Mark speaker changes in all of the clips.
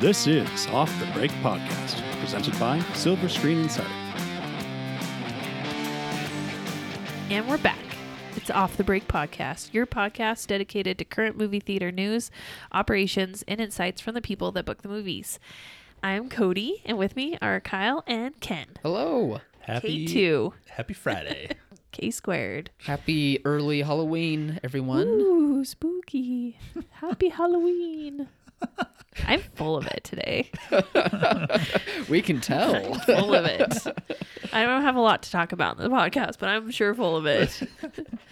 Speaker 1: This is Off the Break Podcast, presented by Silver Screen Insider.
Speaker 2: And we're back. It's Off the Break Podcast, your podcast dedicated to current movie theater news, operations, and insights from the people that book the movies. I'm Cody, and with me are Kyle and Ken.
Speaker 3: Hello.
Speaker 2: K two,
Speaker 4: Happy Friday.
Speaker 2: K squared.
Speaker 3: Happy early Halloween, everyone.
Speaker 2: Ooh, spooky! Happy Halloween. I'm full of it today.
Speaker 3: We can tell.
Speaker 2: Full of it. I don't have a lot to talk about in the podcast, but I'm sure full of it.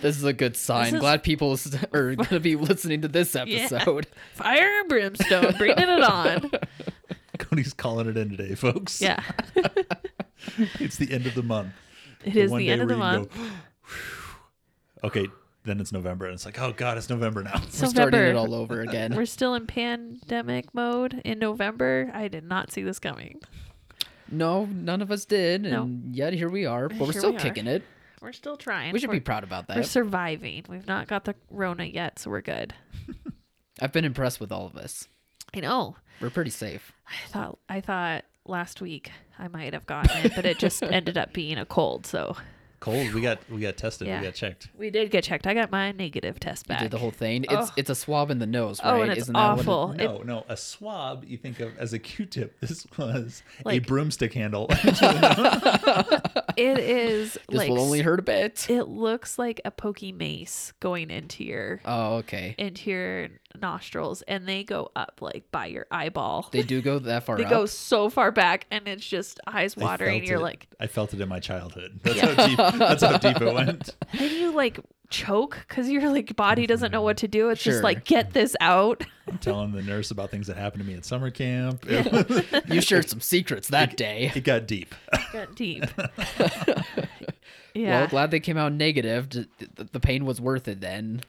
Speaker 3: this is a good sign.
Speaker 2: is-
Speaker 3: Glad people s- are going to be listening to this episode.
Speaker 2: Fire and brimstone, bringing it on.
Speaker 4: Cody's calling it in today, folks.
Speaker 2: Yeah,
Speaker 4: It's the end of the month.
Speaker 2: it is the end of the month.
Speaker 4: okay, then it's November. And it's like, oh, God, it's November now.
Speaker 2: It's
Speaker 3: We're starting
Speaker 2: November.
Speaker 3: it all over again.
Speaker 2: We're still in pandemic mode in November. I did not see this coming.
Speaker 3: no, none of us did.
Speaker 2: No.
Speaker 3: And yet here we are. But we're
Speaker 2: Here
Speaker 3: still
Speaker 2: we are.
Speaker 3: kicking it.
Speaker 2: We're still trying.
Speaker 3: We should
Speaker 2: we're,
Speaker 3: be proud about
Speaker 2: We're
Speaker 3: that.
Speaker 2: surviving. We've not got the Rona yet, so we're good.
Speaker 3: I've been impressed with all of us.
Speaker 2: I know.
Speaker 3: We're pretty safe.
Speaker 2: I thought I thought last week I might have gotten it, but it just ended up being a cold. So
Speaker 4: Cold. We got we got tested.
Speaker 2: Yeah.
Speaker 4: We got checked.
Speaker 2: we did get checked. I got my negative test
Speaker 3: We
Speaker 2: back.
Speaker 3: did the whole thing. It's it's a swab in the nose, right?
Speaker 2: oh, and it's
Speaker 3: Isn't that what it-
Speaker 2: awful. It-
Speaker 4: No, no. A swab you think of as a Q-tip. This was
Speaker 2: Like-
Speaker 4: a broomstick handle.
Speaker 2: it is
Speaker 3: this
Speaker 2: like
Speaker 3: will only
Speaker 2: s-
Speaker 3: hurt a bit.
Speaker 2: it looks like a pokey mace going into your
Speaker 3: oh, okay.
Speaker 2: into your nostrils, and they go up like by your eyeball.
Speaker 3: They do go that far
Speaker 2: They
Speaker 3: up.
Speaker 2: go so far back, and it's just eyes
Speaker 4: I
Speaker 2: watering.
Speaker 4: felt
Speaker 2: You're
Speaker 4: it.
Speaker 2: like,
Speaker 4: I felt it in my childhood. That's how deep. That's how deep it went.
Speaker 2: then you like choke because your like
Speaker 4: Mm-hmm.
Speaker 2: body doesn't know what to do. It's
Speaker 3: Sure.
Speaker 2: just like get this out.
Speaker 4: I'm telling the nurse about things that happened to me at summer camp. It,
Speaker 3: you shared some secrets that day.
Speaker 4: it got deep.
Speaker 2: Got deep. yeah,
Speaker 3: Well, glad they came out negative. D- th- th- The pain was worth it then.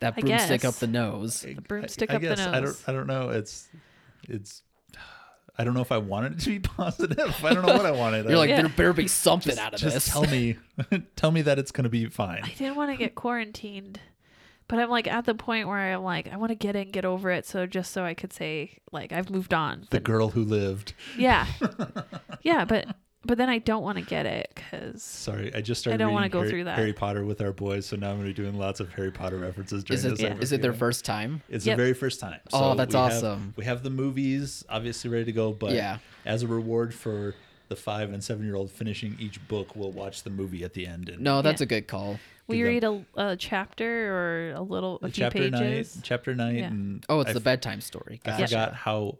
Speaker 3: That
Speaker 2: I
Speaker 3: broomstick up
Speaker 2: guess.
Speaker 3: the nose.
Speaker 4: The
Speaker 2: broomstick up the
Speaker 4: I don't.
Speaker 2: nose.
Speaker 4: I don't know. It's. It's. I don't know if I wanted it to be positive. I don't know what I wanted.
Speaker 3: You're like,
Speaker 2: Yeah.
Speaker 3: there better be something out of
Speaker 4: just
Speaker 3: this.
Speaker 4: tell me, tell me that it's gonna be fine.
Speaker 2: I didn't want to get quarantined, but I'm like at the point where I'm like, I want to get in, get over it. So just so I could say like I've moved on.
Speaker 4: The girl who lived.
Speaker 2: Yeah, yeah, but but then I don't want to get it because
Speaker 4: Sorry, I just started.
Speaker 2: I don't
Speaker 4: reading
Speaker 2: wanna go
Speaker 4: Harry,
Speaker 2: through that.
Speaker 4: Harry Potter with our boys, so now I'm gonna be doing lots of Harry Potter references during
Speaker 3: Is it,
Speaker 4: this.
Speaker 2: Yeah.
Speaker 3: is it their
Speaker 4: episode.
Speaker 3: first time?
Speaker 4: It's
Speaker 2: Yep.
Speaker 4: the very first time.
Speaker 3: Oh, that's
Speaker 4: we have-
Speaker 3: awesome.
Speaker 4: we have the movies obviously ready to go, but
Speaker 3: Yeah.
Speaker 4: as a reward for the five and seven year old finishing each book, we'll watch the movie at the end. And
Speaker 3: No, that's
Speaker 2: Yeah.
Speaker 3: a good call.
Speaker 2: we
Speaker 4: Give
Speaker 2: read a, a chapter or a little a few
Speaker 4: chapter night,
Speaker 2: pages.
Speaker 4: chapter night,
Speaker 2: Yeah.
Speaker 4: and
Speaker 3: Oh, it's
Speaker 4: I
Speaker 3: the bedtime story.
Speaker 4: I
Speaker 3: Gotcha.
Speaker 4: forgot how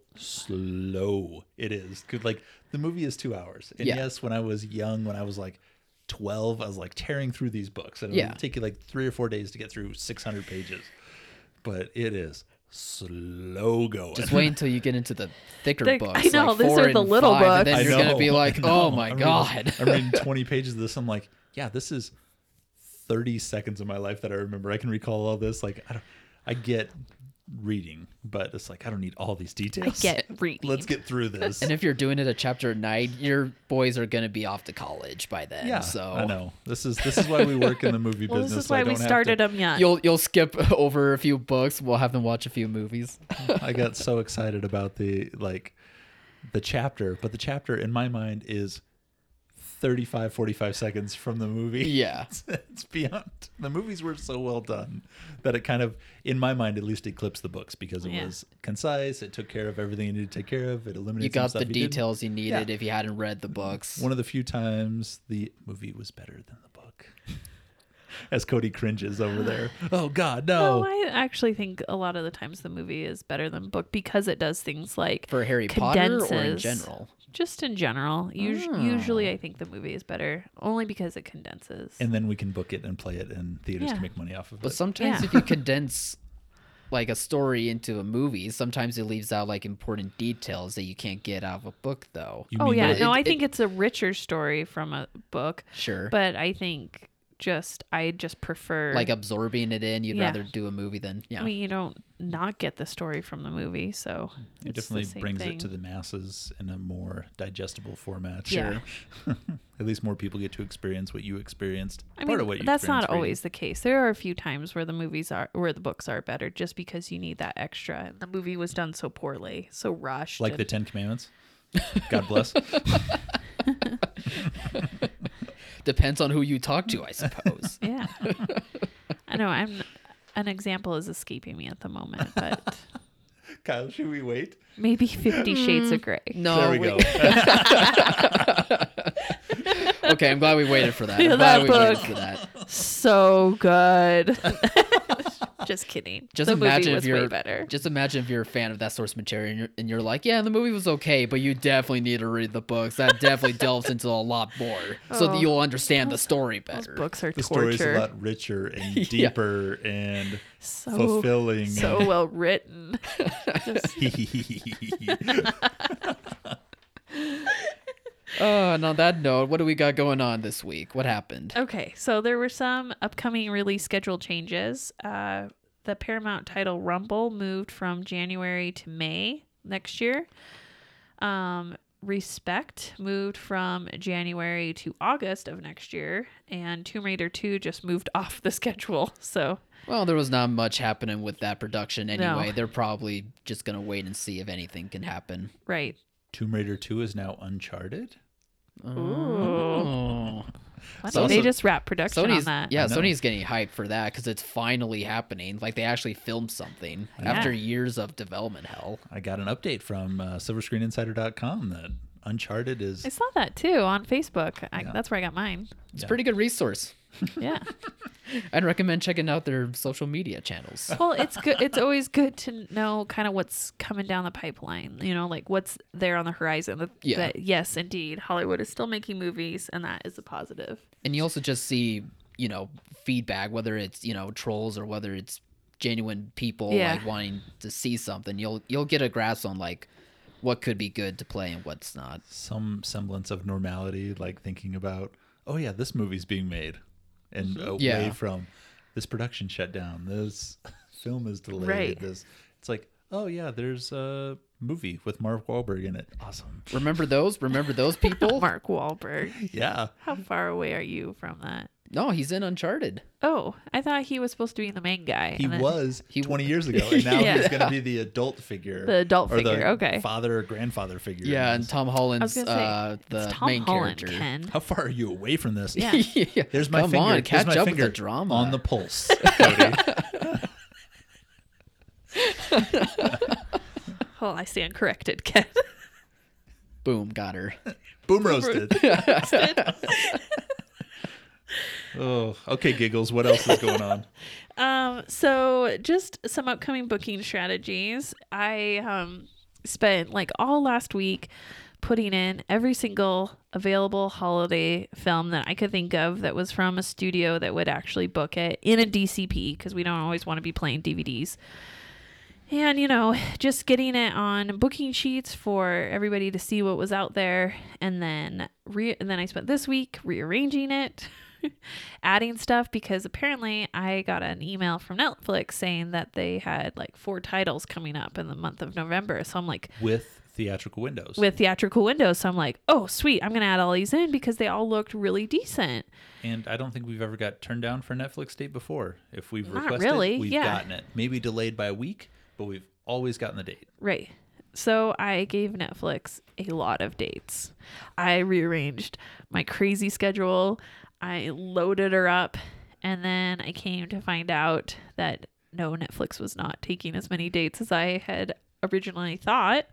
Speaker 4: slow it is. Cause like the movie is two hours. And
Speaker 3: Yeah.
Speaker 4: yes, when I was young, when I was like 12, I was like tearing through these books. And it
Speaker 3: Yeah.
Speaker 4: would take you like three or four days to get through 600 pages. But it is slow going.
Speaker 3: Just wait until you get into the thicker
Speaker 2: Thick-
Speaker 3: books.
Speaker 2: I know,
Speaker 3: like
Speaker 2: these
Speaker 3: four
Speaker 2: are the
Speaker 3: and
Speaker 2: little
Speaker 3: five, and
Speaker 2: books.
Speaker 3: then
Speaker 4: I
Speaker 3: you're gonna
Speaker 4: know,
Speaker 3: be
Speaker 4: I
Speaker 3: like,
Speaker 4: know.
Speaker 3: oh my
Speaker 4: I'm reading-
Speaker 3: god.
Speaker 4: I'm reading 20 pages of this. I'm like, yeah, this is 30 seconds of my life that I remember. I can recall all this. Like, I don't, I get reading, but it's like, I don't need all these
Speaker 2: I
Speaker 4: details.
Speaker 2: get reading.
Speaker 4: Let's get through this.
Speaker 3: and if you're doing it a chapter at night, your boys are gonna be off to college by then.
Speaker 4: Yeah,
Speaker 3: so
Speaker 4: I know this is this is why we work in the movie
Speaker 2: Well, this
Speaker 4: business.
Speaker 2: is why
Speaker 4: I
Speaker 2: we
Speaker 4: don't have
Speaker 2: started
Speaker 4: To,
Speaker 2: them young.
Speaker 3: You'll you'll skip over a few books. We'll have them watch a few movies.
Speaker 4: I got so excited about the like the chapter, but the chapter in my mind is 35, 45 seconds from the movie.
Speaker 3: Yeah.
Speaker 4: it's beyond the movies were so well done that it kind of, in my mind, at least eclipsed the books because it
Speaker 2: Yeah.
Speaker 4: was concise. It took care of everything you needed to take care of. It eliminated
Speaker 3: you
Speaker 4: some
Speaker 3: got
Speaker 4: stuff
Speaker 3: the
Speaker 4: you didn't.
Speaker 3: details you needed
Speaker 4: Yeah.
Speaker 3: if you hadn't read the books.
Speaker 4: One of the few times the movie was better than the book. As Cody cringes over there. Oh God, no!
Speaker 2: No, I actually think a lot of the times the movie is better than book because it does things like
Speaker 3: for Harry Potter or in
Speaker 2: condenses-
Speaker 3: general.
Speaker 2: Just in general, Us-
Speaker 4: Hmm.
Speaker 2: usually I think the movie is better only because it condenses.
Speaker 4: and then we can book it and play it, and theaters
Speaker 2: Yeah.
Speaker 4: can make money off of
Speaker 3: But
Speaker 4: it.
Speaker 3: sometimes
Speaker 2: Yeah.
Speaker 3: if you condense like a story into a movie, sometimes it leaves out like important details that you can't get out of a book though.
Speaker 4: You
Speaker 2: oh
Speaker 4: mean
Speaker 2: yeah,
Speaker 4: that-
Speaker 2: no,
Speaker 3: it-
Speaker 2: I
Speaker 3: it-
Speaker 2: think it's a richer story from a book,
Speaker 3: Sure.
Speaker 2: but I think just I just prefer
Speaker 3: like absorbing it in. You'd
Speaker 2: Yeah.
Speaker 3: rather do a movie than yeah.
Speaker 2: I mean, you don't not get the story from the movie, so
Speaker 4: It
Speaker 2: it's the
Speaker 4: definitely
Speaker 2: same
Speaker 4: brings
Speaker 2: thing.
Speaker 4: it to the masses in a more digestible format.
Speaker 2: Yeah.
Speaker 4: At least more people get to experience what you experienced.
Speaker 2: I
Speaker 4: part
Speaker 2: mean,
Speaker 4: of what you
Speaker 2: that's not
Speaker 4: experienced reading.
Speaker 2: always the case. There are a few times where the movies are where the books are better, just because you need that extra. And the movie was done so poorly, so rushed.
Speaker 4: like
Speaker 2: and-
Speaker 4: the Ten Commandments. God bless.
Speaker 3: Depends on who you talk to, I suppose.
Speaker 2: yeah. I know. I'm an example is escaping me at the moment, but
Speaker 4: Kyle, should we wait?
Speaker 2: maybe Fifty Shades of Grey.
Speaker 3: no.
Speaker 4: there we,
Speaker 3: we-
Speaker 4: go.
Speaker 3: okay, I'm glad we waited for that. I'm
Speaker 2: Yeah,
Speaker 3: glad
Speaker 2: that
Speaker 3: we
Speaker 2: book.
Speaker 3: waited for that.
Speaker 2: So good. just kidding.
Speaker 3: Just
Speaker 2: the
Speaker 3: imagine
Speaker 2: movie
Speaker 3: if
Speaker 2: was
Speaker 3: you're
Speaker 2: way better.
Speaker 3: just imagine if you're a fan of that source material and you're, and you're like, yeah, the movie was okay, but you definitely need to read the books. That definitely delves into a lot more, so that
Speaker 2: Oh.
Speaker 3: you'll understand the story
Speaker 2: Those
Speaker 3: better.
Speaker 2: books are
Speaker 4: The story's a
Speaker 2: torture.
Speaker 4: lot richer and deeper and
Speaker 2: So
Speaker 4: fulfilling.
Speaker 2: so well written. Just-
Speaker 3: Oh, and on that note, what do we got going on this week? What happened?
Speaker 2: Okay, so there were some upcoming release schedule changes. Uh, the Paramount title Rumble moved from January to May next year. Um, Respect moved from January to August of next year, and Tomb Raider 2 just moved off the schedule. So,
Speaker 3: Well, there was not much happening with that production anyway.
Speaker 2: No.
Speaker 3: They're probably just gonna wait and see if anything can happen.
Speaker 2: right.
Speaker 4: Tomb Raider 2 is now Uncharted.
Speaker 2: Ooh.
Speaker 3: Oh.
Speaker 2: Why
Speaker 3: So
Speaker 2: don't they
Speaker 3: also-
Speaker 2: just wrap production on
Speaker 3: Sony's
Speaker 2: that?
Speaker 3: yeah,
Speaker 4: I know.
Speaker 3: Sony's getting hyped for that because it's finally happening. Like they actually filmed something after years of development hell.
Speaker 4: I got an update from uh, silverscreeninsider.com that Uncharted is
Speaker 2: I saw that too on Facebook. I,
Speaker 4: Yeah.
Speaker 2: That's where I got mine.
Speaker 3: It's
Speaker 4: Yeah.
Speaker 3: a pretty good resource.
Speaker 2: Yeah.
Speaker 3: I'd recommend checking out their social media channels.
Speaker 2: well it's good it's always good to know kind of what's coming down the pipeline you know like what's there on the horizon that,
Speaker 3: Yeah.
Speaker 2: that yes indeed hollywood is still making movies and that is a positive
Speaker 3: And you also just see, you know, feedback, whether it's, you know, trolls or whether it's genuine people
Speaker 2: Yeah.
Speaker 3: like wanting to see something. You'll you'll get a grasp on like what could be good to play and what's not.
Speaker 4: some semblance of normality, like thinking about, oh yeah, this movie's being made, and
Speaker 2: Mm-hmm.
Speaker 4: away
Speaker 3: Yeah.
Speaker 4: from this production shut down, this film is delayed.
Speaker 2: Right.
Speaker 4: This, it's like, oh yeah, there's a movie with Mark Wahlberg in it. Awesome.
Speaker 3: Remember those? Remember those people?
Speaker 2: mark Wahlberg.
Speaker 4: Yeah.
Speaker 2: how far away are you from that
Speaker 3: no, he's in Uncharted.
Speaker 2: oh i thought he was supposed to be the main guy
Speaker 4: He
Speaker 2: and then-
Speaker 4: was
Speaker 3: He
Speaker 4: 20 years ago, and now
Speaker 2: Yeah.
Speaker 4: he's going to be the adult figure.
Speaker 2: The adult
Speaker 4: or the
Speaker 2: figure, okay.
Speaker 4: Father or grandfather figure. in
Speaker 3: Yeah,
Speaker 4: this.
Speaker 3: and Tom
Speaker 2: i was
Speaker 3: Holland's
Speaker 2: gonna say
Speaker 3: uh, the
Speaker 2: it's tom
Speaker 3: main
Speaker 2: holland
Speaker 3: character.
Speaker 2: ken
Speaker 4: How far are you away from this?
Speaker 2: Yeah.
Speaker 3: yeah.
Speaker 4: There's my
Speaker 3: Come
Speaker 4: finger.
Speaker 3: on,
Speaker 4: There's
Speaker 3: catch
Speaker 4: my
Speaker 3: up
Speaker 4: finger
Speaker 3: with the drama.
Speaker 4: on the pulse. Cody.
Speaker 2: oh i stand corrected ken
Speaker 3: boom, got her.
Speaker 4: Boom roasted. oh, okay, giggles. What else is going on?
Speaker 2: Um, so just some upcoming booking strategies. I um spent like all last week putting in every single available holiday film that I could think of that was from a studio that would actually book it in a DCP because we don't always want to be playing DVDs. And you know, just getting it on booking sheets for everybody to see what was out there, and then re- and then I spent this week rearranging it, adding stuff because apparently I got an email from Netflix saying that they had like four titles coming up in the month of November. So I'm like,
Speaker 4: With theatrical windows.
Speaker 2: with theatrical windows. So I'm like, oh sweet, I'm gonna add all these in because they all looked really decent.
Speaker 4: and I don't think we've ever got turned down for a Netflix date before. If we've
Speaker 2: Not
Speaker 4: requested,
Speaker 2: really,
Speaker 4: we've
Speaker 2: yeah.
Speaker 4: gotten it. Maybe delayed by a week, but we've always gotten the date.
Speaker 2: Right. So I gave Netflix a lot of dates. I rearranged my crazy schedule. I loaded her up. And then I came to find out that no, Netflix was not taking as many dates as I had originally thought.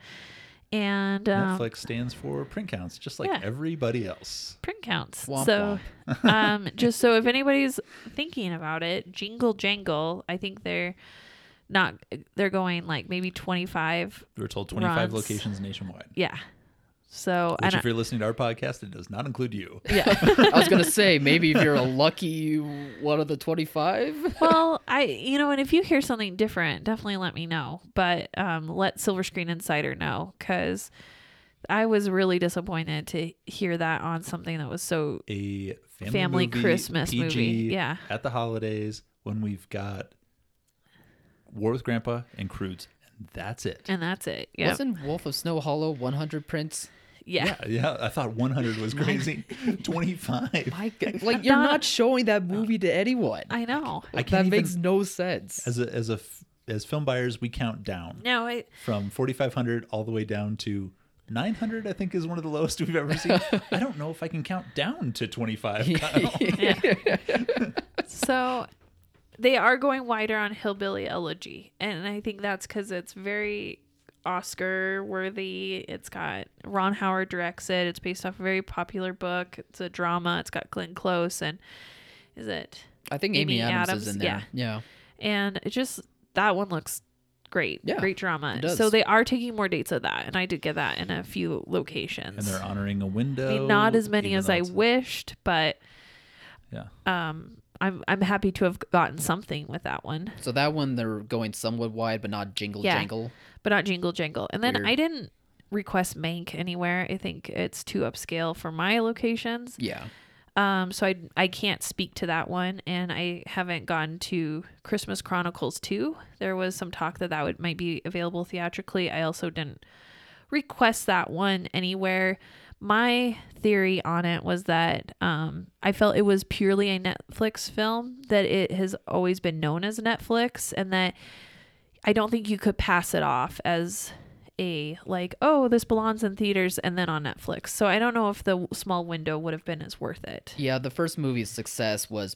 Speaker 2: And um,
Speaker 4: Netflix stands for print counts, just like
Speaker 2: yeah.
Speaker 4: everybody else.
Speaker 2: print counts.
Speaker 3: Womp
Speaker 2: so, um, just so if anybody's thinking about it, Jingle Jangle, I think they're not, they're going like maybe 25.
Speaker 4: We were told 25
Speaker 2: Runs.
Speaker 4: locations nationwide.
Speaker 2: Yeah. So, I
Speaker 4: Which,
Speaker 2: don't-
Speaker 4: if you're listening to our podcast, it does not include you.
Speaker 3: I was gonna say maybe if you're a lucky one of the twenty-five.
Speaker 2: well, I you know, and if you hear something different, definitely let me know. But um, let Silver Screen Insider know because I was really disappointed to hear that on something that was so
Speaker 4: A
Speaker 2: Family Christmas movie, yeah.
Speaker 4: At the holidays when we've got War with Grandpa and Crudes. And that's it.
Speaker 2: and that's it. Yeah,
Speaker 3: Wasn't Wolf of Snow Hollow 100 prints?
Speaker 2: yeah.
Speaker 4: yeah, I thought 100 was crazy. 25.
Speaker 3: My God. Like, you're
Speaker 2: not-
Speaker 3: not showing that movie to anyone.
Speaker 2: I know.
Speaker 4: I
Speaker 3: that
Speaker 4: can't even-
Speaker 3: makes no sense.
Speaker 4: as a as a f- as film buyers we count down
Speaker 2: No, I
Speaker 4: from 4500 all the way down to 900 i think is one of the lowest we've ever seen i don't know if i can count down to 25 Kyle.
Speaker 2: so they are going wider on hillbilly elegy, and I think that's because it's very Oscar worthy. It's got Ron Howard directs it. It's based off a very popular book. It's a drama. It's got Glenn Close and is it
Speaker 3: I think
Speaker 2: Amy
Speaker 3: Amy, Adams,
Speaker 2: Adams,
Speaker 3: is in there. Yeah.
Speaker 2: and it just that one looks great.
Speaker 3: Yeah,
Speaker 2: great drama.
Speaker 3: it does.
Speaker 2: So they are taking more dates of that, and I did get that in a few locations.
Speaker 4: and they're honoring a
Speaker 2: I
Speaker 4: window
Speaker 2: mean, not as many
Speaker 4: even
Speaker 2: as
Speaker 4: though
Speaker 2: I
Speaker 4: it's-
Speaker 2: wished, but
Speaker 4: yeah
Speaker 2: um, I'm I'm happy to have gotten something with that one,
Speaker 3: So that one, they're going somewhat wide, but not jingle
Speaker 2: Yeah.
Speaker 3: jangle.
Speaker 2: but not Jingle Jangle. And then
Speaker 3: Weird.
Speaker 2: I didn't request Mank anywhere. I think it's too upscale for my locations.
Speaker 3: Yeah.
Speaker 2: Um, so I I can't speak to that one, and I haven't gone to Christmas Chronicles two. There was some talk that that would might be available theatrically. I also didn't request that one anywhere. My theory on it was that um, I felt it was purely a Netflix film, that it has always been known as Netflix, and that I don't think you could pass it off as a like, oh, this belongs in theaters and then on Netflix. So I don't know if the w- small window would have been as worth it.
Speaker 3: Yeah, the first movie's success was,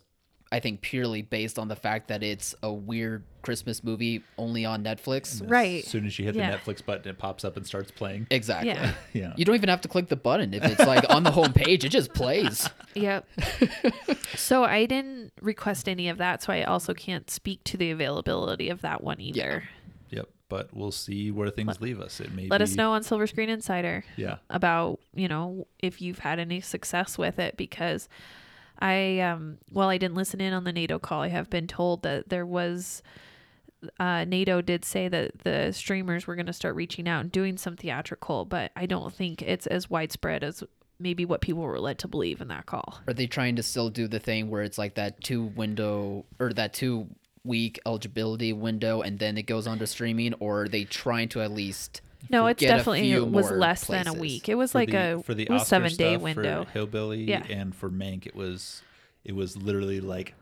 Speaker 3: I think, purely based on the fact that it's a weird Christmas movie only on Netflix.
Speaker 2: Right.
Speaker 4: as soon as you hit
Speaker 2: Yeah.
Speaker 4: the netflix button it pops up and starts playing
Speaker 3: Exactly.
Speaker 2: Yeah.
Speaker 4: yeah
Speaker 3: You don't even have to click the button if it's like on the home page. It just plays.
Speaker 2: Yep. so I didn't request any of that, so I also can't speak to the availability of that one either.
Speaker 4: yep but we'll see where things leave us it may
Speaker 2: Let
Speaker 4: be,
Speaker 2: us know on Silver Screen Insider
Speaker 4: yeah
Speaker 2: about, you know, if you've had any success with it because I um well I didn't listen in on the NATO call. I have been told that there was uh, NATO did say that the streamers were going to start reaching out and doing some theatrical, but I don't think it's as widespread as maybe what people were led to believe in that call.
Speaker 3: Are they trying to still do the thing where it's like that two window or that two week eligibility window and then it goes on to streaming? Or are they trying to at least.
Speaker 2: No, it's
Speaker 3: get a
Speaker 2: definitely
Speaker 3: few
Speaker 2: it was
Speaker 3: more
Speaker 2: less than a
Speaker 3: places.
Speaker 2: week. It was like a
Speaker 4: for the
Speaker 2: it was
Speaker 4: Oscar
Speaker 2: seven day
Speaker 4: stuff,
Speaker 2: window.
Speaker 4: for hillbilly
Speaker 2: Yeah.
Speaker 4: and for mank it was it was literally like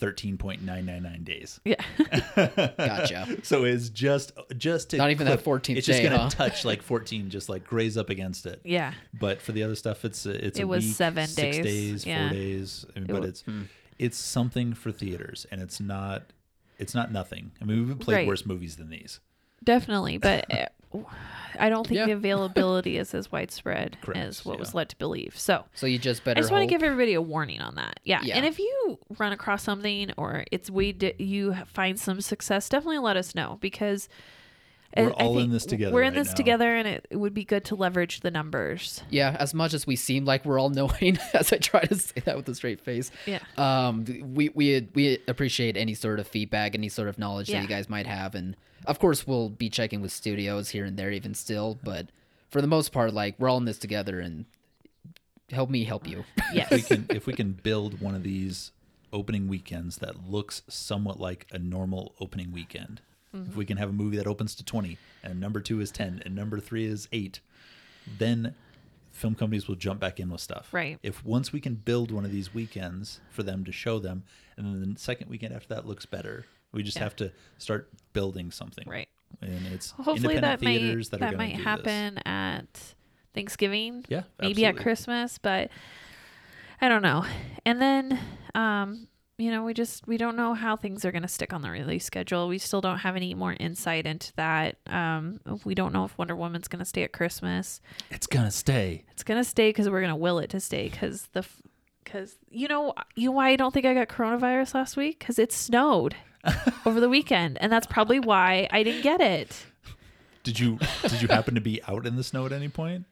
Speaker 4: 13.999 days
Speaker 2: Yeah,
Speaker 3: Gotcha.
Speaker 4: So it's just just to
Speaker 3: Not even that 14th
Speaker 4: It's just
Speaker 3: day,
Speaker 4: gonna
Speaker 3: huh?
Speaker 4: touch like fourteen, just like graze up against it.
Speaker 2: yeah.
Speaker 4: But for the other stuff, it's a, it's
Speaker 2: It
Speaker 4: a
Speaker 2: was
Speaker 4: week,
Speaker 2: seven
Speaker 4: six
Speaker 2: days.
Speaker 4: days,
Speaker 2: Yeah.
Speaker 4: four days. I mean, but
Speaker 2: wa-
Speaker 4: it's
Speaker 3: Hmm.
Speaker 4: it's something for theaters, and it's not it's not nothing. I mean, we've played
Speaker 2: Right.
Speaker 4: worse movies than these.
Speaker 2: Definitely, but uh, I don't think
Speaker 3: Yeah.
Speaker 2: the availability is as widespread
Speaker 4: Correct,
Speaker 2: as what was
Speaker 4: yeah.
Speaker 2: led to believe. So
Speaker 3: So you just better.
Speaker 2: I just want to
Speaker 3: hope-
Speaker 2: give everybody a warning on that. Yeah.
Speaker 3: Yeah.
Speaker 2: and if you run across something or it's we d- you find some success, definitely let us know because I-
Speaker 4: We're
Speaker 2: I
Speaker 4: all in
Speaker 2: think
Speaker 4: this together
Speaker 2: We're in
Speaker 4: right
Speaker 2: this
Speaker 4: now.
Speaker 2: together, and it, it would be good to leverage the numbers.
Speaker 3: Yeah, as much as we seem like we're all knowing, as I try to say that with a straight face.
Speaker 2: Yeah.
Speaker 3: Um, we we we appreciate any sort of feedback, any sort of knowledge
Speaker 2: Yeah.
Speaker 3: that you guys might have, and of course we'll be checking with studios here and there, even still. But for the most part, like we're all in this together, and help me help you.
Speaker 2: Yes.
Speaker 4: If we can if we can build one of these opening weekends that looks somewhat like a normal opening weekend.
Speaker 2: Mm-hmm.
Speaker 4: If we can have a movie that opens to 20 and number 2 is 10 and number 3 is 8, then film companies will jump back in with stuff.
Speaker 2: Right.
Speaker 4: If once we can build one of these weekends for them to show them and then the second weekend after that looks better. We just have to start building something.
Speaker 2: Right.
Speaker 4: And it's
Speaker 2: hopefully
Speaker 4: independent
Speaker 2: that might
Speaker 4: theaters that,
Speaker 2: that,
Speaker 4: are going
Speaker 2: might
Speaker 4: to do
Speaker 2: happen at Thanksgiving.
Speaker 4: Yeah,
Speaker 2: maybe at
Speaker 4: absolutely.
Speaker 2: Christmas, but I don't know. And then, um, you know, we just we don't know how things are going to stick on the release schedule. We still don't have any more insight into that. Um, we don't know if Wonder Woman's going to stay at Christmas.
Speaker 4: This. It's going to stay.
Speaker 2: It's going to stay because we're going to will it to stay because the. because you know you know why I don't think I got coronavirus last week because it snowed over the weekend and that's probably why I didn't get it.
Speaker 4: Did you did you happen to be out in the snow at any point?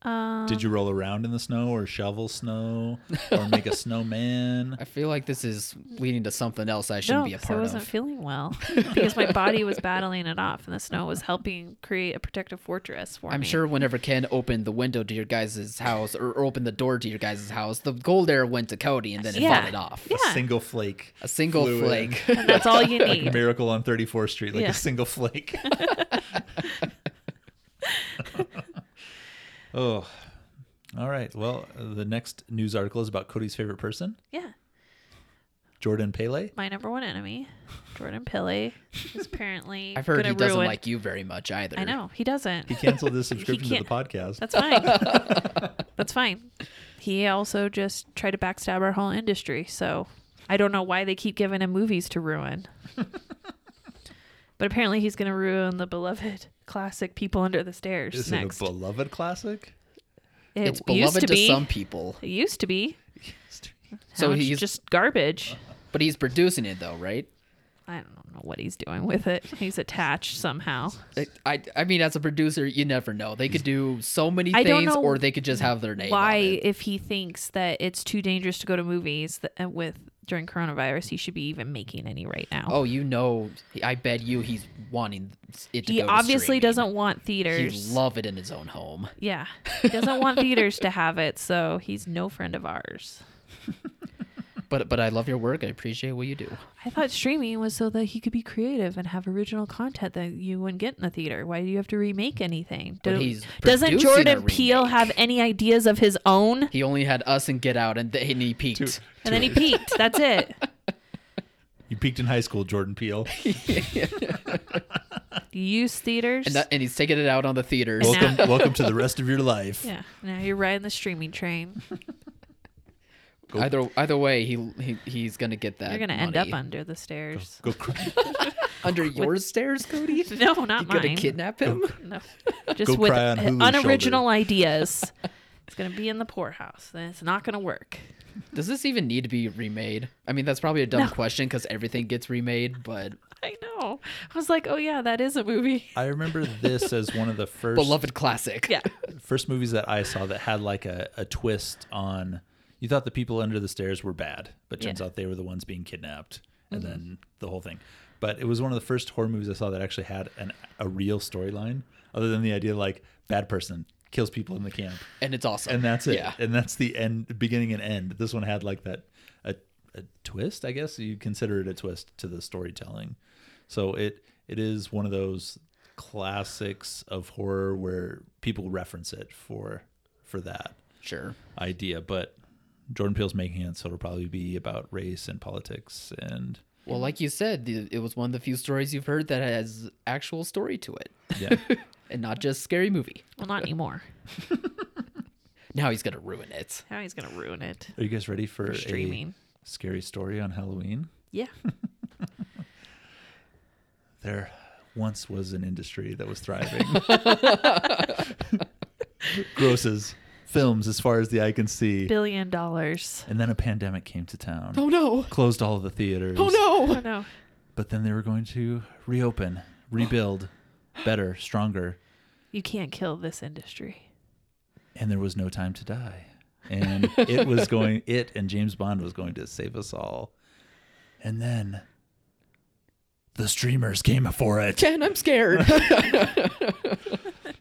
Speaker 2: Um,
Speaker 4: Did you roll around in the snow or shovel snow or make a snowman?
Speaker 3: I feel like this is leading to something else I
Speaker 2: no,
Speaker 3: shouldn't be a
Speaker 2: 'cause I
Speaker 3: part
Speaker 2: wasn't
Speaker 3: of.
Speaker 2: feeling well because my body was battling it off, and the snow was helping create a protective fortress for me.
Speaker 3: I'm sure whenever Ken opened the window to your guys' house or or opened the door to your guys' house, the gold air went to Cody and then it
Speaker 2: Yeah.
Speaker 3: vaulted off.
Speaker 2: Yeah.
Speaker 4: A single flake.
Speaker 3: A single
Speaker 4: flew in.
Speaker 3: flake.
Speaker 2: And that's all you
Speaker 4: Like a
Speaker 2: need.
Speaker 4: miracle on 34th Street, like
Speaker 2: Yeah.
Speaker 4: a single flake. oh. All right. Well, the next news article is about Cody's favorite person,
Speaker 2: yeah.
Speaker 4: Jordan Pele.
Speaker 2: My number one enemy, Jordan Pele, is apparently
Speaker 3: I've heard
Speaker 2: gonna
Speaker 3: he doesn't
Speaker 2: ruin-
Speaker 3: like you very much either.
Speaker 2: I know he doesn't.
Speaker 4: He canceled his subscription to the
Speaker 2: can't-
Speaker 4: podcast.
Speaker 2: That's fine. That's fine. He also just tried to backstab our whole industry. So I don't know why they keep giving him movies to ruin. but apparently he's going to ruin the beloved classic People Under the Stairs
Speaker 4: Is
Speaker 2: next.
Speaker 4: it a beloved classic?
Speaker 2: it
Speaker 3: It's
Speaker 2: used
Speaker 3: beloved
Speaker 2: to
Speaker 3: to,
Speaker 2: be.
Speaker 3: some people,
Speaker 2: it used to be.
Speaker 3: So
Speaker 2: So he's
Speaker 3: he's-
Speaker 2: just garbage.
Speaker 3: but he's producing it though, right?
Speaker 2: I don't know what he's doing with it. He's attached somehow.
Speaker 3: I, I, I mean, as a producer, you never know. They could do so many
Speaker 2: I don't
Speaker 3: things,
Speaker 2: know
Speaker 3: or they could just have their name.
Speaker 2: why
Speaker 3: on it.
Speaker 2: if he thinks that it's too dangerous to go to movies th- uh, with during coronavirus he should be even making any right now
Speaker 3: Oh, you know, I bet you he's wanting it to
Speaker 2: he
Speaker 3: go to
Speaker 2: obviously
Speaker 3: streaming.
Speaker 2: doesn't want
Speaker 3: He'd
Speaker 2: theaters
Speaker 3: love it in his own home.
Speaker 2: yeah he doesn't want theaters to have it so he's no friend of ours
Speaker 3: But but I love your work. I appreciate what you do.
Speaker 2: i thought streaming was so that he could be creative and have original content that you wouldn't get in the theater why do you have to remake anything
Speaker 3: But
Speaker 2: Do-
Speaker 3: he's
Speaker 2: doesn't
Speaker 3: producing a
Speaker 2: jordan peele
Speaker 3: remake.
Speaker 2: have any ideas of his own
Speaker 3: He only had us and Get Out, and, th- and he peaked.
Speaker 2: and then he peaked that's it
Speaker 4: You peaked in high school, Jordan Peele.
Speaker 2: use theaters
Speaker 3: And, that, and he's taking it out on the theaters.
Speaker 2: And
Speaker 4: welcome,
Speaker 2: now-
Speaker 4: welcome to the rest of your life.
Speaker 2: yeah now you're riding the streaming train
Speaker 4: Go,
Speaker 3: either either way, he, he he's gonna get that.
Speaker 2: You're gonna end up
Speaker 3: money.
Speaker 2: under the stairs.
Speaker 4: go, cry,
Speaker 3: under your stairs, Cody.
Speaker 2: No, not
Speaker 3: You gonna
Speaker 2: mine.
Speaker 3: kidnap him?
Speaker 2: No, just
Speaker 4: Go
Speaker 2: with
Speaker 4: cry on
Speaker 2: uh,
Speaker 4: Hulu's
Speaker 2: unoriginal ideas. It's gonna be in the poorhouse, and it's not gonna work.
Speaker 3: Does this even need to be remade? I mean, that's probably a dumb
Speaker 2: No.
Speaker 3: question because everything gets remade, but
Speaker 2: I know. I was like, oh yeah, that is a movie.
Speaker 4: I remember this as one of the first
Speaker 3: beloved classic.
Speaker 2: Yeah,
Speaker 4: first movies that I saw that had like a, a twist on you thought the people under the stairs were bad, but turns
Speaker 2: Yeah. Mm-hmm.
Speaker 4: out they were the ones being kidnapped and then the whole thing. But it was one of the first horror movies I saw that actually had an, a real storyline other than the idea like bad person kills people in the camp
Speaker 3: And it's awesome.
Speaker 4: and that's it.
Speaker 3: Yeah.
Speaker 4: And that's the end beginning and end. This one had like that a, a twist, I guess you consider it a twist to the storytelling. So it it is one of those classics of horror where people reference it for for that
Speaker 3: Sure.
Speaker 4: idea, but Jordan Peele's making it, so it'll probably be about race and politics and
Speaker 3: Well, like you said, the, it was one of the few stories you've heard that has actual story to it,
Speaker 4: yeah.
Speaker 3: and not just scary movie.
Speaker 2: well, not anymore.
Speaker 3: Now he's gonna ruin it.
Speaker 2: Now he's gonna ruin it.
Speaker 4: Are you guys ready for,
Speaker 2: streaming.
Speaker 4: a scary story on Halloween?
Speaker 2: Yeah,
Speaker 4: there once was an industry that was thriving. Grosses, films, as far as the eye can see.
Speaker 2: billion dollars.
Speaker 4: And then a pandemic came to town.
Speaker 3: Oh no!
Speaker 4: Closed all of the theaters.
Speaker 3: Oh
Speaker 2: Oh
Speaker 3: no!
Speaker 2: no,
Speaker 4: But then they were going to reopen, rebuild, better, stronger.
Speaker 2: you can't kill this industry.
Speaker 4: And there was no time to die. And it was going, it and James Bond was going to save us all. And then the streamers came for it.
Speaker 3: Ken, I'm scared.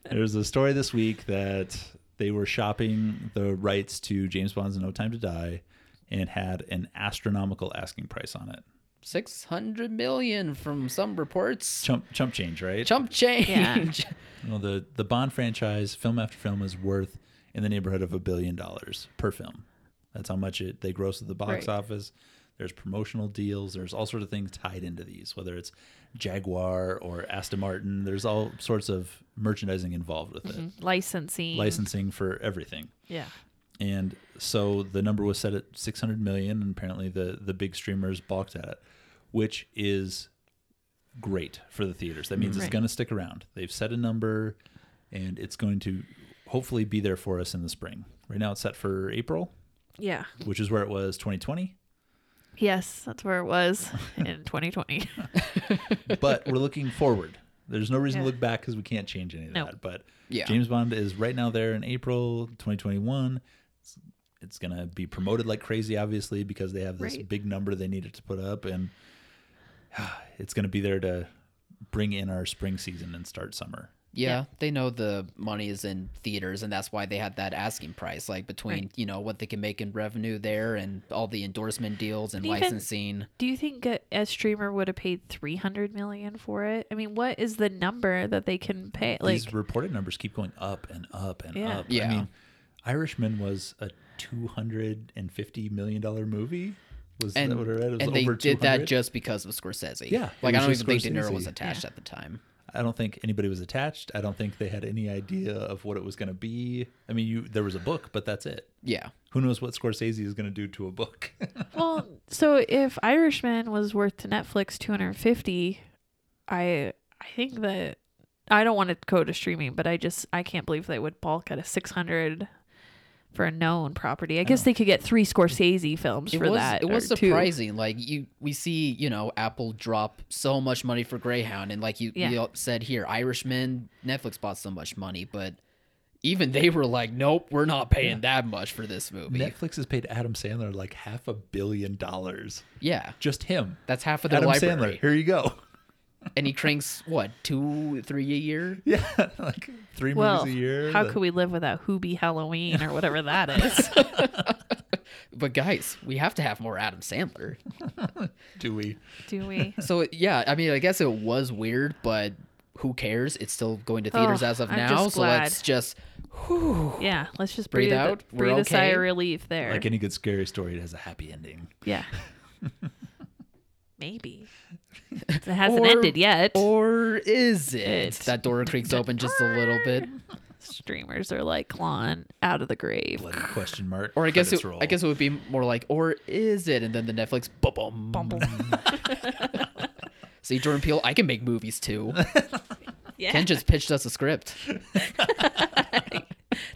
Speaker 4: There was a story this week that they were shopping the rights to James Bond's No Time to Die and had an astronomical asking price on it.
Speaker 3: Six hundred million from some reports.
Speaker 4: Chump chump change, right?
Speaker 3: Chump change.
Speaker 4: You know, the the Bond franchise film after film is worth in the neighborhood of a billion dollars per film. That's how much it they gross at the box
Speaker 2: Right.
Speaker 4: office. There's promotional deals. There's all sorts of things tied into these, whether it's Jaguar or Aston Martin. There's all sorts of merchandising involved with it,
Speaker 2: Mm-hmm. Licensing.
Speaker 4: licensing for everything.
Speaker 2: Yeah.
Speaker 4: and so the number was set at 600 million and apparently the the big streamers balked at it which is great for the theaters that means it's
Speaker 2: Right.
Speaker 4: going to stick around they've set a number and it's going to hopefully be there for us in the spring right now it's set for april
Speaker 2: Yeah.
Speaker 4: which is where it was 2020
Speaker 2: Yes, that's where it was in 2020.
Speaker 4: but we're looking forward There's no reason
Speaker 2: Yeah.
Speaker 4: to look back because we can't change any of
Speaker 2: No.
Speaker 4: that. But
Speaker 3: Yeah.
Speaker 4: James Bond is right now there in April 2021. It's, it's gonna be promoted like crazy, obviously, because they have this
Speaker 2: Right.
Speaker 4: big number they needed to put up, and it's gonna be there to bring in our spring season and start summer.
Speaker 3: Yeah, they know the money is in theaters, and that's why they had that asking price, like between
Speaker 2: Right.
Speaker 3: you know what they can make in revenue there, and all the endorsement deals and
Speaker 2: And even-
Speaker 3: licensing.
Speaker 2: Do you think a, a streamer would have paid 300 million for it? I mean, what is the number that they can pay? Like,
Speaker 4: These reported numbers keep going up and up and
Speaker 2: Yeah.
Speaker 4: up.
Speaker 3: Yeah.
Speaker 4: I mean, Irishman was a 250 million dollar movie. Was
Speaker 3: And,
Speaker 4: that what I read? It was
Speaker 3: and they
Speaker 4: over
Speaker 3: did that
Speaker 4: 200?
Speaker 3: just because of Scorsese.
Speaker 4: Yeah, it
Speaker 3: like I don't
Speaker 4: was
Speaker 3: even
Speaker 4: just
Speaker 3: think De Niro was
Speaker 4: Scorsese.
Speaker 3: attached
Speaker 2: Yeah.
Speaker 3: at the time.
Speaker 4: I don't think anybody was attached. I don't think they had any idea of what it was going to be. I mean, you there was a book, but that's it.
Speaker 3: Yeah,
Speaker 4: Who knows what Scorsese is going to do to a book?
Speaker 2: well, so if Irishman was worth to Netflix 250, I I think that I don't want to go to streaming, but I just I can't believe they would bulk at a 600 for a known property. I guess they could get three Scorsese films
Speaker 3: Oh. it
Speaker 2: for
Speaker 3: was
Speaker 2: that.
Speaker 3: it was
Speaker 2: or two.
Speaker 3: surprising. Like you, we see you know Apple drop so much money for Greyhound, and like you,
Speaker 2: Yeah.
Speaker 3: you said here, Irishman, Netflix bought so much money, but even they were like, nope, we're not paying that much for this movie.
Speaker 4: Netflix has paid Adam Sandler like half a billion dollars.
Speaker 3: yeah,
Speaker 4: Just him.
Speaker 3: that's half of their
Speaker 4: Adam
Speaker 3: library.
Speaker 4: Sandler. Here you go.
Speaker 3: and he cranks what two three a year
Speaker 4: Yeah, like three
Speaker 2: Well,
Speaker 4: movies a year.
Speaker 2: how
Speaker 4: that-
Speaker 2: could we live without Hoobie Halloween or whatever that is?
Speaker 3: but guys we have to have more adam sandler
Speaker 4: do we?
Speaker 2: Do we?
Speaker 3: so yeah i mean i guess it was weird but who cares it's still going to theaters
Speaker 2: Oh,
Speaker 3: as of
Speaker 2: I'm
Speaker 3: now
Speaker 2: just
Speaker 3: so let's
Speaker 2: glad.
Speaker 3: just whew,
Speaker 2: Yeah, let's just breathe,
Speaker 3: Breathe
Speaker 2: a-
Speaker 3: out, we're
Speaker 2: breathe a sigh of
Speaker 3: okay.
Speaker 2: relief there.
Speaker 4: Like any good scary story, it has a happy ending.
Speaker 2: yeah. Maybe. It hasn't
Speaker 3: Or-
Speaker 2: ended yet.
Speaker 3: or is it?
Speaker 2: It.
Speaker 3: that door creaks open just a little bit
Speaker 2: Streamers are like clawing out of the grave.
Speaker 4: Bloody question mark.
Speaker 3: or i guess it,
Speaker 4: credits roll.
Speaker 3: i guess it would be more like or is it and then the netflix boom
Speaker 2: Bum,
Speaker 3: boom
Speaker 2: bum.
Speaker 3: see jordan peele i can make movies too
Speaker 2: yeah,
Speaker 3: ken just pitched us a script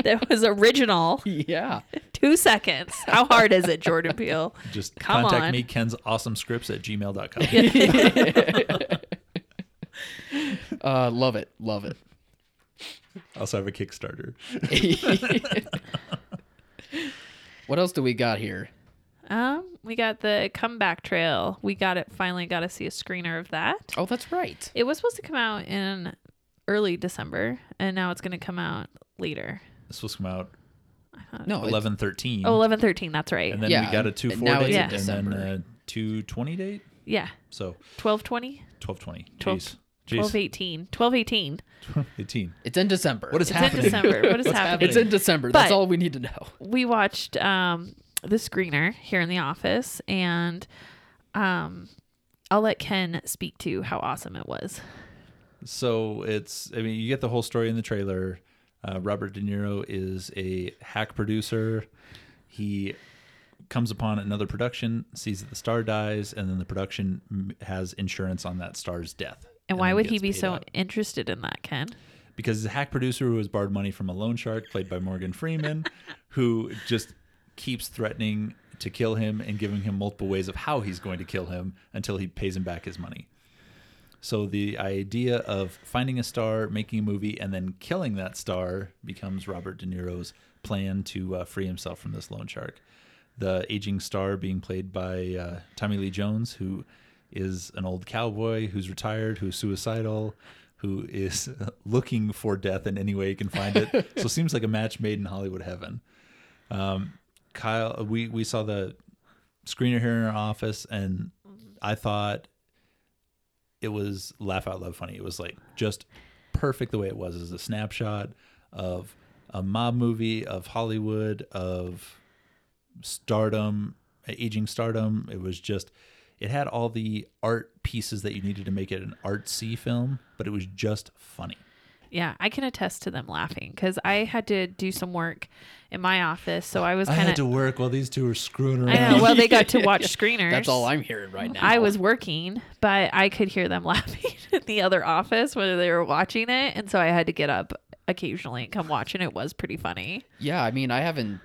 Speaker 2: that was original.
Speaker 3: yeah
Speaker 2: Two seconds. How hard is it, Jordan Peele?
Speaker 4: just
Speaker 2: Come
Speaker 4: contact
Speaker 2: on.
Speaker 4: me, Ken's awesome scripts at gmail.com.
Speaker 3: uh love it love it
Speaker 4: also have a Kickstarter.
Speaker 3: what else do we got here?
Speaker 2: Um, we got the comeback trail. We got it. Finally, got to see a screener of that.
Speaker 3: Oh, that's right.
Speaker 2: It was supposed to come out in early December, and now it's going to come out later.
Speaker 4: This was come out
Speaker 3: No, it,
Speaker 4: eleven thirteen.
Speaker 2: Oh, 11, 13. That's right.
Speaker 4: Mm-hmm. and then
Speaker 3: Yeah,
Speaker 4: we got a
Speaker 3: and
Speaker 4: two four
Speaker 3: now
Speaker 4: date
Speaker 3: it's
Speaker 2: in
Speaker 4: and then
Speaker 3: December.
Speaker 4: a two twenty date.
Speaker 2: yeah,
Speaker 4: So
Speaker 2: 12, 20,
Speaker 4: twelve twenty.
Speaker 2: Twelve-
Speaker 4: Jeez.
Speaker 2: 12,
Speaker 4: Jeez.
Speaker 2: 18, 12, 18.
Speaker 4: Eighteen.
Speaker 3: it's in December.
Speaker 4: What is
Speaker 2: It's in
Speaker 4: happening?
Speaker 2: December. What is
Speaker 4: What's
Speaker 2: happening?
Speaker 3: It's in December. that's
Speaker 2: But-
Speaker 3: all we need to know.
Speaker 2: we watched um the screener here in the office and um I'll let Ken speak to how awesome it was.
Speaker 4: So it's I mean you get the whole story in the trailer. Uh, Robert De Niro is a hack producer. He comes upon another production, sees that the star dies, and then the production m- has insurance on that star's death.
Speaker 2: And why
Speaker 4: then
Speaker 2: would he
Speaker 4: gets
Speaker 2: be
Speaker 4: paid
Speaker 2: so
Speaker 4: out.
Speaker 2: interested in that, Ken?
Speaker 4: because he's a hack producer who has borrowed money from a loan shark played by Morgan Freeman, who just keeps threatening to kill him and giving him multiple ways of how he's going to kill him until he pays him back his money. So the idea of finding a star, making a movie, and then killing that star becomes Robert De Niro's plan to uh, free himself from this loan shark. The aging star being played by uh, Tommy Lee Jones, who is an old cowboy who's retired, who's suicidal, who is looking for death in any way he can find it. so it seems like a match made in Hollywood heaven. Um, Kyle, we we saw the screener here in our office, and I thought it was laugh out loud funny. It was like just perfect the way it was. It was a snapshot of a mob movie of Hollywood of stardom, aging stardom. It was just it had all the art pieces that you needed to make it an artsy film, but it was just funny.
Speaker 2: Yeah, I can attest to them laughing cuz I had to do some work in my office, so I was
Speaker 4: I had
Speaker 2: kind
Speaker 4: to
Speaker 2: of
Speaker 4: work while these two were screwing
Speaker 2: I
Speaker 4: around.
Speaker 2: know, well they got to watch screeners.
Speaker 3: That's all I'm hearing right now.
Speaker 2: I was working, but I could hear them laughing in the other office when they were watching it, and so I had to get up occasionally and come watch and it was pretty funny.
Speaker 3: Yeah, I mean, I haven't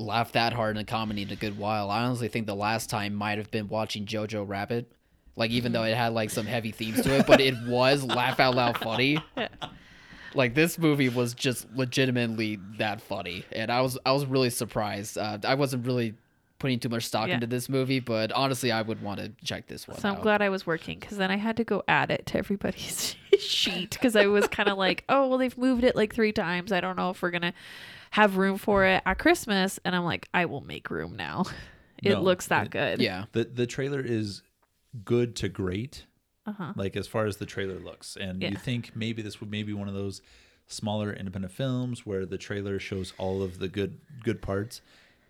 Speaker 3: laughed that hard in a comedy in a good while. I honestly think the last time might have been watching Jojo Rabbit. Like even though it had like some heavy themes to it, but it was laugh out loud funny. Like this movie was just legitimately that funny, and I was I was really surprised. Uh, I wasn't really putting too much stock
Speaker 2: Yeah.
Speaker 3: into this movie, but honestly, I would want to check this one.
Speaker 2: So I'm
Speaker 3: out.
Speaker 2: glad I was working because then I had to go add it to everybody's sheet because I was kind of like, oh, well, they've moved it like three times. I don't know if we're going to have room for it at Christmas. And I'm like, I will make room now. It
Speaker 4: No,
Speaker 2: looks that
Speaker 4: it-
Speaker 2: good.
Speaker 3: Yeah,
Speaker 4: the the trailer is good to great
Speaker 2: Uh-huh.
Speaker 4: like as far as the trailer looks and
Speaker 2: Yeah.
Speaker 4: you think maybe this would maybe one of those smaller independent films where the trailer shows all of the good good parts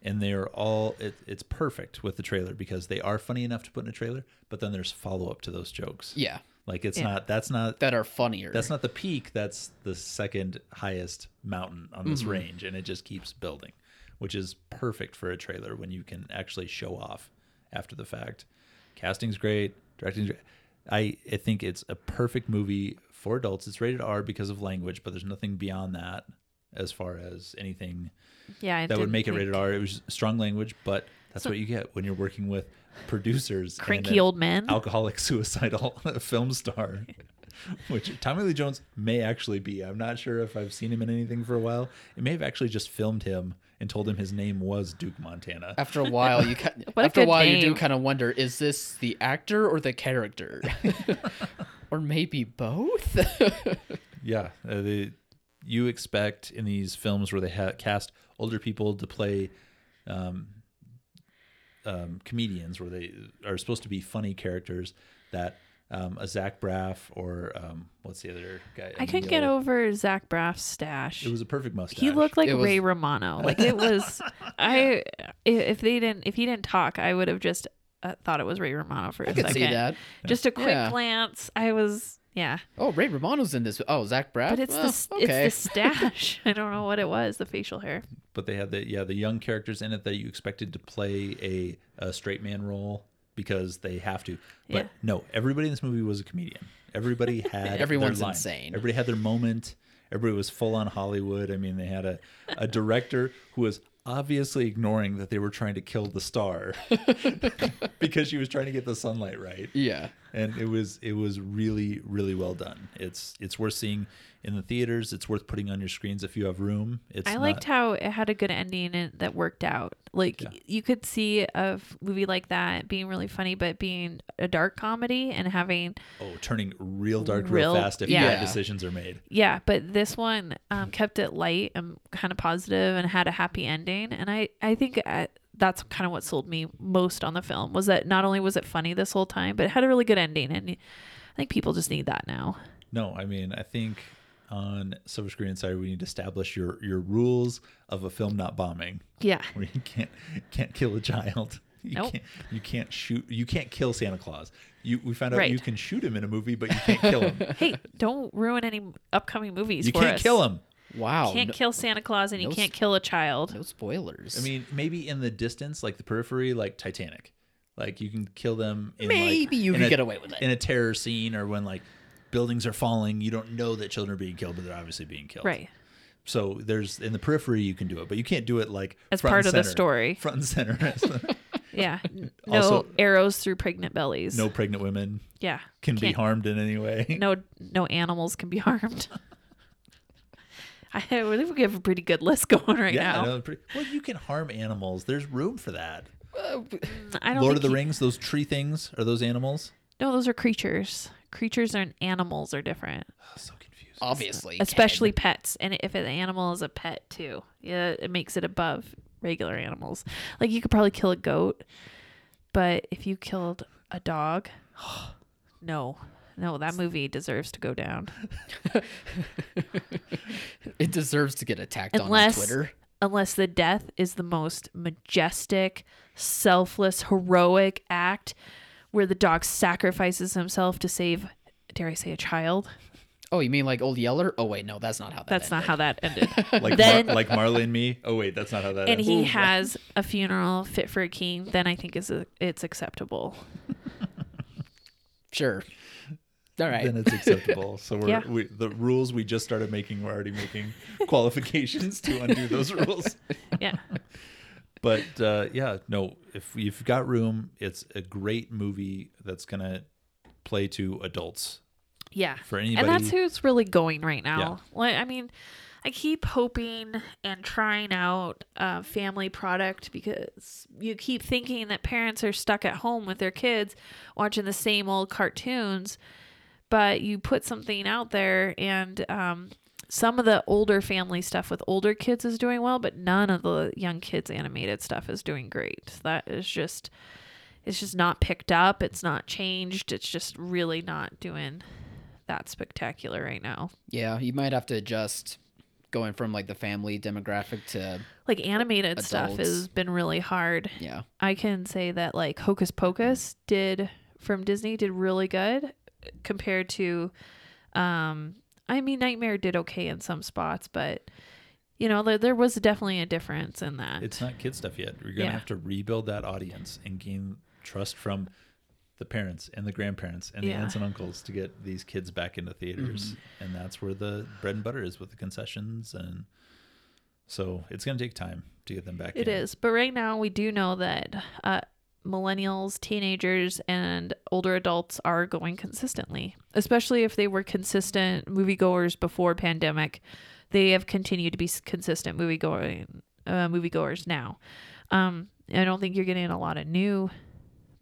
Speaker 4: and they are all it, it's perfect with the trailer because they are funny enough to put in a trailer but then there's follow-up to those jokes
Speaker 3: yeah,
Speaker 4: like it's
Speaker 2: Yeah.
Speaker 4: not that's not
Speaker 3: that are funnier.
Speaker 4: that's not the peak that's the second highest mountain on
Speaker 2: Mm-hmm.
Speaker 4: this range and it just keeps building which is perfect for a trailer when you can actually show off after the fact casting's great directing's great I, I think it's a perfect movie for adults it's rated r because of language but there's nothing beyond that as far as anything
Speaker 2: Yeah. I
Speaker 4: that would
Speaker 2: didn't
Speaker 4: make it
Speaker 2: think
Speaker 4: rated r it was strong language but that's what you get when you're working with producers and
Speaker 2: Cranky
Speaker 4: an
Speaker 2: old men.
Speaker 4: alcoholic suicidal film star which tommy lee jones may actually be i'm not sure if i've seen him in anything for a while it may have actually just filmed him and told him his name was duke montana
Speaker 3: after a while, you kind
Speaker 2: What a
Speaker 3: after a
Speaker 2: good
Speaker 3: while you do
Speaker 2: name.
Speaker 3: kind of wonder: is this the actor or the character, or maybe both?
Speaker 4: yeah uh, the, you expect in these films where they ha- cast older people to play um, um, comedians where they are supposed to be funny characters that um, a zach braff or um, what's the other guy
Speaker 2: I couldn't get
Speaker 4: Neil-
Speaker 2: over Zach Braff's stash.
Speaker 4: E it was a perfect mustache
Speaker 2: he looked like
Speaker 3: It was-
Speaker 2: Ray Romano. Like it was, I i- if they didn't if he didn't talk, I would have just uh, thought it was Ray Romano for a
Speaker 3: I
Speaker 2: second.
Speaker 3: could see that.
Speaker 2: Just a quick
Speaker 3: Yeah.
Speaker 2: glance. I was yeah,
Speaker 3: Oh, Ray Romano's in this. Oh, Zach Braff.
Speaker 2: but it's
Speaker 3: Oh,
Speaker 2: the s it's the stash. I don't know what it was. The facial hair.
Speaker 4: but they had the yeah the young characters in it that you expected to play a, a straight man role because they have to but
Speaker 2: Yeah.
Speaker 4: no everybody in this movie was a comedian everybody had their
Speaker 3: Everyone's
Speaker 4: line.
Speaker 3: insane.
Speaker 4: everybody had their moment everybody was full on hollywood i mean they had a, a director who was obviously ignoring that they were trying to kill the star because she was trying to get the sunlight right
Speaker 3: yeah.
Speaker 4: and it was it was really really well done it's it's worth seeing in the theaters it's worth putting on your screens if you have room it's
Speaker 2: I
Speaker 4: not-
Speaker 2: liked how it had a good ending and that worked out. Like you could see a f- movie like that being really funny, but being a dark comedy and having
Speaker 4: Oh, turning real dark real,
Speaker 2: Real-
Speaker 4: fast if
Speaker 2: yeah.
Speaker 4: bad decisions are made.
Speaker 2: Yeah, but this one um, kept it light and kind of positive and had a happy ending. And I, I think uh that's kind of what sold me most on the film was that not only was it funny this whole time, but it had a really good ending. And I think people just need that now.
Speaker 4: No, I mean, I think on Silver Screen Insider we need to establish your your rules of a film not bombing,
Speaker 2: Yeah.
Speaker 4: where you can't can't kill a child. You
Speaker 2: Nope.
Speaker 4: can't you can't shoot you can't kill Santa Claus. You we found out
Speaker 2: Right.
Speaker 4: you can shoot him in a movie, but you can't kill him.
Speaker 2: Hey, don't ruin any upcoming movies.
Speaker 4: you
Speaker 2: for
Speaker 4: can't
Speaker 2: us.
Speaker 4: kill him.
Speaker 3: Wow.
Speaker 4: Oh,
Speaker 2: Can't
Speaker 3: no,
Speaker 2: kill Santa Claus and you
Speaker 3: No
Speaker 2: can't
Speaker 3: sp-
Speaker 2: kill a child.
Speaker 3: no spoilers.
Speaker 4: I mean, maybe in the distance, like the periphery, like Titanic. Like you can kill them in like,
Speaker 3: Maybe you
Speaker 4: in
Speaker 3: can
Speaker 4: a-
Speaker 3: get away with it.
Speaker 4: In a terror scene or when like buildings are falling, you don't know that children are being killed, but they're obviously being killed.
Speaker 2: Right.
Speaker 4: So there's in the periphery you can do it, but you can't do it like
Speaker 2: As
Speaker 4: front
Speaker 2: part
Speaker 4: and
Speaker 2: of the
Speaker 4: center.
Speaker 2: story.
Speaker 4: Front and center.
Speaker 2: Yeah. N- No
Speaker 4: Also-
Speaker 2: arrows through pregnant bellies.
Speaker 4: no pregnant women
Speaker 2: Yeah.
Speaker 4: can be
Speaker 2: Can't-
Speaker 4: harmed in any way.
Speaker 2: no no animals can be harmed. I think we have a pretty good list going right
Speaker 4: Yeah,
Speaker 2: now.
Speaker 4: no, pretty- well, you can harm animals. There's room for that.
Speaker 2: I don't
Speaker 4: Lord
Speaker 2: think
Speaker 4: of the
Speaker 2: he-
Speaker 4: Rings, those tree things, are those animals?
Speaker 2: No, those are creatures. Creatures and animals are different,
Speaker 4: so confused.
Speaker 3: obviously.
Speaker 2: especially pets. And if an animal is a pet too, yeah, it makes it above regular animals. Like you could probably kill a goat, but if you killed a dog, no, no, that movie deserves to go down.
Speaker 3: Ken. it deserves to get attacked
Speaker 2: Unless-
Speaker 3: on Twitter.
Speaker 2: unless the death is the most majestic, selfless, heroic act where the dog sacrifices himself to save, dare I say, a child.
Speaker 3: Oh, you mean like Old Yeller? Oh wait, no, that's not how that.
Speaker 2: That's not how that ended.
Speaker 4: Like
Speaker 2: Then-
Speaker 4: Mar- like Marley and me. Oh wait, that's not how that.
Speaker 2: and
Speaker 4: ends.
Speaker 2: he has a funeral fit for a king, then I think is it's acceptable.
Speaker 3: Sure. All right.
Speaker 4: then it's acceptable. So we're
Speaker 2: Yeah.
Speaker 4: we, the rules we just started making. We're already making qualifications to undo those rules.
Speaker 2: Yeah.
Speaker 4: but uh, yeah, no. If you've got room, it's a great movie that's gonna play to adults.
Speaker 2: Yeah.
Speaker 4: For
Speaker 2: And that's
Speaker 4: anybody-
Speaker 2: who's really going right now. Like, I mean, I keep hoping and trying out uh, family product because you keep thinking that parents are stuck at home with their kids watching the same old cartoons, but you put something out there and um, some of the older family stuff with older kids is doing well, but none of the young kids animated stuff is doing great. That is just. It's just not picked up. It's not changed. It's just really not doing that spectacular right now.
Speaker 3: Yeah, you might have to adjust going from like the family demographic to
Speaker 2: Like animated stuff
Speaker 3: Adults.
Speaker 2: has been really hard.
Speaker 3: yeah.
Speaker 2: I can say that like Hocus Pocus did from Disney did really good compared to um I mean Nightmare did okay in some spots, but you know, there, there was definitely a difference in that.
Speaker 4: It's not kid stuff yet. You're gonna
Speaker 2: Yeah.
Speaker 4: have to rebuild that audience and gain trust from the parents and the grandparents and the
Speaker 2: Yeah. Mm-hmm.
Speaker 4: aunts and uncles to get these kids back into theaters. And that's where the bread and butter is with the concessions and so it's gonna take time to get them back
Speaker 2: It
Speaker 4: in.
Speaker 2: is, but right now we do know that uh, millennials, teenagers, and older adults are going consistently. Especially if they were consistent moviegoers before pandemic, they have continued to be s- consistent moviegoing uh, moviegoers now. Um, I don't think you're getting a lot of new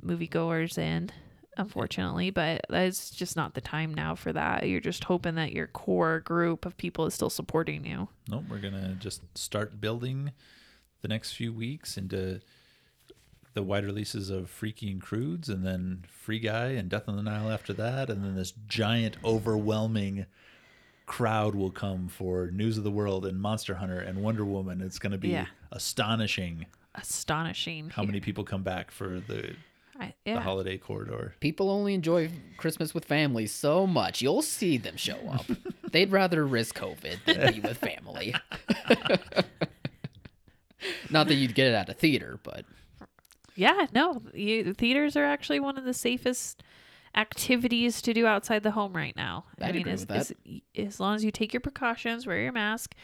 Speaker 2: moviegoers in, unfortunately, but that's just not the time now for that. You're just hoping that your core group of people is still supporting you.
Speaker 4: Nope, we're gonna just start building the next few weeks into the wide releases of Freaky and Crudes, and then Free Guy and Death on the Nile after that, and then this giant, overwhelming crowd will come for News of the World and Monster Hunter and Wonder Woman. It's gonna be
Speaker 2: Yeah.
Speaker 4: astonishing
Speaker 2: Astonishing.
Speaker 4: how many people come back for the,
Speaker 2: I,
Speaker 4: the
Speaker 2: yeah.
Speaker 4: holiday corridor.
Speaker 3: People only enjoy Christmas with family so much. You'll see them show up. They'd rather risk COVID than be with family. Not that you'd get it at a theater, but
Speaker 2: Yeah, no, you, theaters are actually one of the safest activities to do outside the home right now.
Speaker 3: I'd agree
Speaker 2: as,
Speaker 3: with that.
Speaker 2: As, as long as you take your precautions, wear your mask,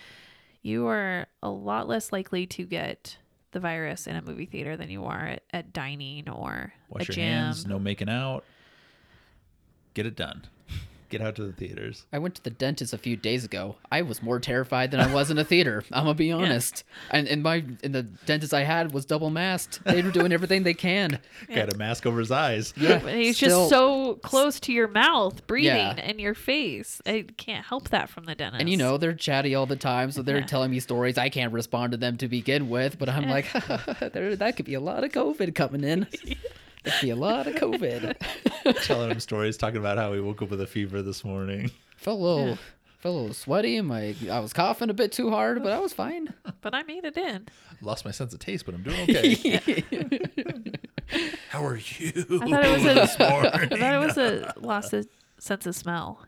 Speaker 2: you are a lot less likely to get the virus in a movie theater than you are at, at dining or
Speaker 4: Wash
Speaker 2: a
Speaker 4: your
Speaker 2: gym.
Speaker 4: hands, no making out. Get it done. Get out to the theaters.
Speaker 3: I went to the dentist a few days ago. I was more terrified than I was in a theater. I'm gonna be honest. And and my and the dentist I had was double masked. They were doing everything they can.
Speaker 4: Got a mask over his eyes.
Speaker 2: But It's
Speaker 3: Still-
Speaker 2: just so close to your mouth, breathing,
Speaker 3: Yeah.
Speaker 2: and your face. I can't help that from the dentist.
Speaker 3: And you know, they're chatty all the time, so they're telling me stories. I can't respond to them to begin with, but I'm like, there, that could be a lot of COVID coming in. That could be a lot of COVID.
Speaker 4: telling him stories, talking about how he woke up with a fever this morning.
Speaker 3: felt a little, felt a little sweaty. My, I was coughing a bit too hard, but I was fine.
Speaker 2: but I made it in.
Speaker 4: Lost my sense of taste, but I'm doing okay. how are you?
Speaker 2: I thought it was a,
Speaker 4: this morning? I
Speaker 2: I thought it was a loss of sense of smell.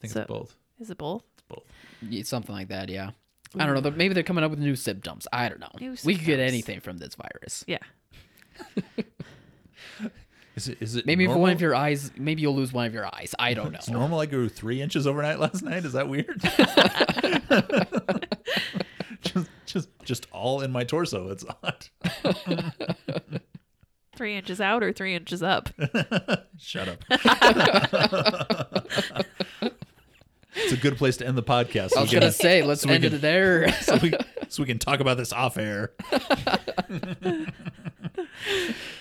Speaker 4: think
Speaker 2: so-
Speaker 4: it's both.
Speaker 2: Is it both?
Speaker 4: It's both.
Speaker 3: Yeah, Something like that, yeah. I don't know. but Maybe they're coming up with new symptoms. I don't know.
Speaker 2: Mm. New
Speaker 3: we could get
Speaker 2: symptoms.
Speaker 3: anything from this virus.
Speaker 2: Yeah.
Speaker 4: Is it? Is it?
Speaker 3: Maybe if
Speaker 4: normal?
Speaker 3: one of your eyes, maybe you'll lose one of your eyes. I don't
Speaker 4: It's
Speaker 3: know.
Speaker 4: normal. I grew three inches overnight last night. Is that weird? just, just, just all in my torso. It's odd.
Speaker 2: Three inches out or three inches up.
Speaker 4: Shut up. it's a good place to end the podcast.
Speaker 3: I
Speaker 4: We
Speaker 3: was
Speaker 4: can-
Speaker 3: gonna say, let's
Speaker 4: we
Speaker 3: end
Speaker 4: can-
Speaker 3: it there.
Speaker 4: so we, so we can talk about this off air.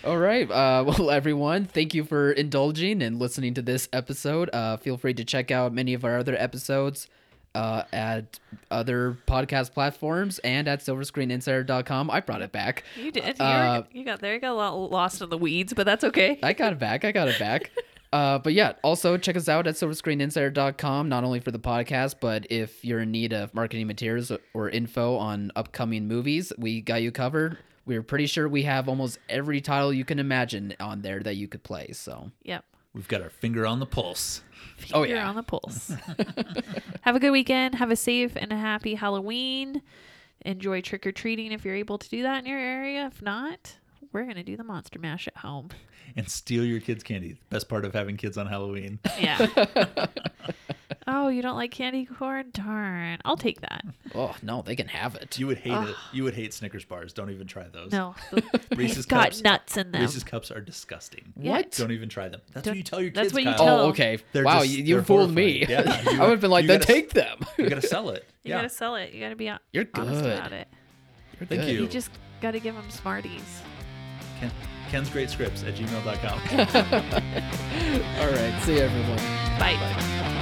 Speaker 3: All right. Uh, well, everyone, thank you for indulging and listening to this episode. Uh, feel free to check out many of our other episodes uh, at other podcast platforms and at silverscreeninsider.com. I brought it back.
Speaker 2: You did. You, were-
Speaker 3: Uh,
Speaker 2: you got there. You got a lot lost in the weeds, but that's okay.
Speaker 3: I got it back. I got it back. Uh, but yeah, also check us out at silverscreeninsider.com, not only for the podcast, but if you're in need of marketing materials or info on upcoming movies, we got you covered. We're pretty sure we have almost every title you can imagine on there that you could play. So.
Speaker 2: Yep.
Speaker 4: We've got our finger on the pulse.
Speaker 3: Oh,
Speaker 2: Finger
Speaker 3: yeah.
Speaker 2: on the pulse. Have a good weekend. Have a safe and a happy Halloween. Enjoy trick or treating if you're able to do that in your area. If not, we're gonna do the monster mash at home.
Speaker 4: and steal your kids' candy. Best part of having kids on Halloween.
Speaker 2: Yeah. Oh, you don't like candy corn? Darn. I'll take that.
Speaker 3: Oh no, they can have it.
Speaker 4: You would hate it. You would hate Snickers bars. Don't even try those.
Speaker 2: No. th-
Speaker 4: Reese's
Speaker 2: They've got
Speaker 4: Cups.
Speaker 2: nuts in them.
Speaker 4: Reese's cups are disgusting.
Speaker 2: Yeah.
Speaker 3: What?
Speaker 4: Don't even try them. That's
Speaker 2: Don't-
Speaker 4: what you tell your kids.
Speaker 2: that's what you
Speaker 4: Kyle.
Speaker 2: tell
Speaker 3: Oh, okay.
Speaker 4: They're
Speaker 3: wow,
Speaker 4: just-
Speaker 3: you, you
Speaker 4: they're
Speaker 3: fooled me.
Speaker 4: horrifying. Yeah, you-
Speaker 3: I would have been like,
Speaker 4: you
Speaker 3: then
Speaker 4: gotta s-
Speaker 3: take them.
Speaker 4: You gotta sell it.
Speaker 2: You
Speaker 4: yeah.
Speaker 2: gotta sell it. You gotta be hon-
Speaker 3: You're
Speaker 2: honest
Speaker 3: good.
Speaker 2: about it.
Speaker 4: Thank
Speaker 3: Good.
Speaker 4: you.
Speaker 2: You just gotta give them Smarties.
Speaker 4: Ken, Ken's Great Scripts at gmail.com.
Speaker 3: All right. See you, everyone.
Speaker 2: Bye.